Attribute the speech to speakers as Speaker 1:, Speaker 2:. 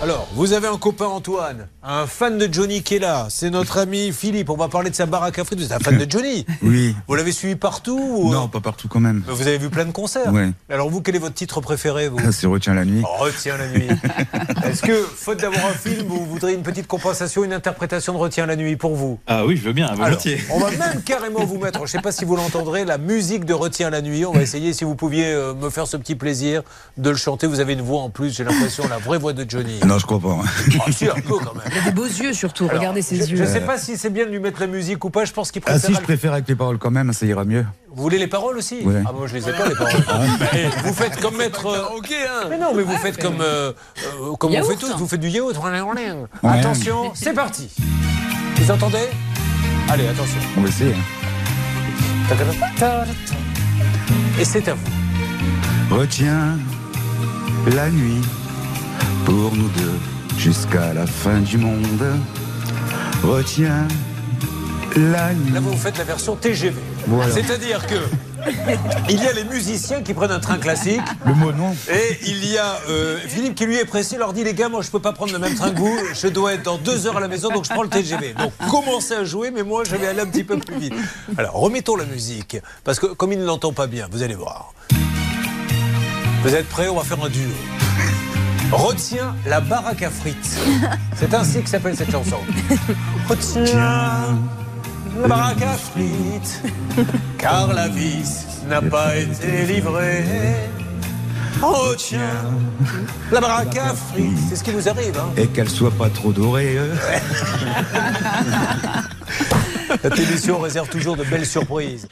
Speaker 1: Alors, vous avez un copain Antoine, un fan de Johnny qui est là. C'est notre ami Philippe. On va parler de sa baraque à frites. Vous êtes un fan de Johnny.
Speaker 2: Oui.
Speaker 1: Vous l'avez suivi partout ou-
Speaker 2: Non, pas partout quand même.
Speaker 1: Mais Vous avez vu plein de concerts.
Speaker 2: Ouais.
Speaker 1: Alors vous, quel est votre titre préféré vous
Speaker 2: Ça se retient la nuit.
Speaker 1: Oh, Retiens la nuit. Est-ce que, faute d'avoir un film, vous voudriez une petite compensation, une interprétation de Retiens la nuit pour vous
Speaker 3: Ah oui, je veux bien,
Speaker 1: Alors,
Speaker 3: volontiers.
Speaker 1: on va même carrément vous mettre, je ne sais pas si vous l'entendrez, la musique de Retiens la nuit. On va essayer, si vous pouviez euh, me faire ce petit plaisir de le chanter. Vous avez une voix en plus, j'ai l'impression, la vraie voix de
Speaker 3: Ah
Speaker 1: Johnny.
Speaker 2: Non, je crois pas. hein.
Speaker 1: Oh, si, un peu quand même.
Speaker 4: Il a des beaux yeux surtout, regardez ses
Speaker 1: Je
Speaker 4: yeux.
Speaker 1: ne sais pas si c'est bien de lui mettre la musique ou pas. Je pense qu'il
Speaker 2: Ah
Speaker 1: préfère.
Speaker 2: si, je
Speaker 1: le-
Speaker 2: préfère avec les paroles quand même, ça ira mieux.
Speaker 1: Vous voulez les paroles aussi
Speaker 2: Ouais.
Speaker 1: Ah moi je les ai pas les paroles. Mais vous faites comme maître. Ok Mais non mais vous faites comme euh, euh, comme on fait
Speaker 4: Yaourt.
Speaker 1: tous. Vous faites du yaourt. Attention, c'est parti. Vous entendez Allez attention.
Speaker 2: On hein. va essayer.
Speaker 1: Et c'est à vous.
Speaker 2: Retiens la nuit pour nous deux jusqu'à la fin du monde. Retiens la
Speaker 1: Là
Speaker 2: nuit.
Speaker 1: vous faites la version TGV.
Speaker 2: Voilà.
Speaker 1: C'est-à-dire que il y a les musiciens qui prennent un train classique
Speaker 2: Le mot non.
Speaker 1: et il y a euh, Philippe qui lui est pressé leur dit les gars moi je peux pas prendre le même train que vous. Je dois être dans deux heures à la maison donc je prends le TGV. Donc commencez à jouer mais moi je vais aller un petit peu plus vite. Alors remettons la musique parce que comme il ne l'entend pas bien vous allez voir. Vous êtes prêts On va faire un duo. Retiens la baraque à frites. C'est ainsi que s'appelle cette chanson. Retiens la baraque à frites, car la vis n'a pas été livrée. Retiens la baraque à frites. C'est ce qui nous arrive. Hein.
Speaker 2: Et qu'elle soit pas trop dorée. euh.
Speaker 1: La télévision réserve toujours de belles surprises.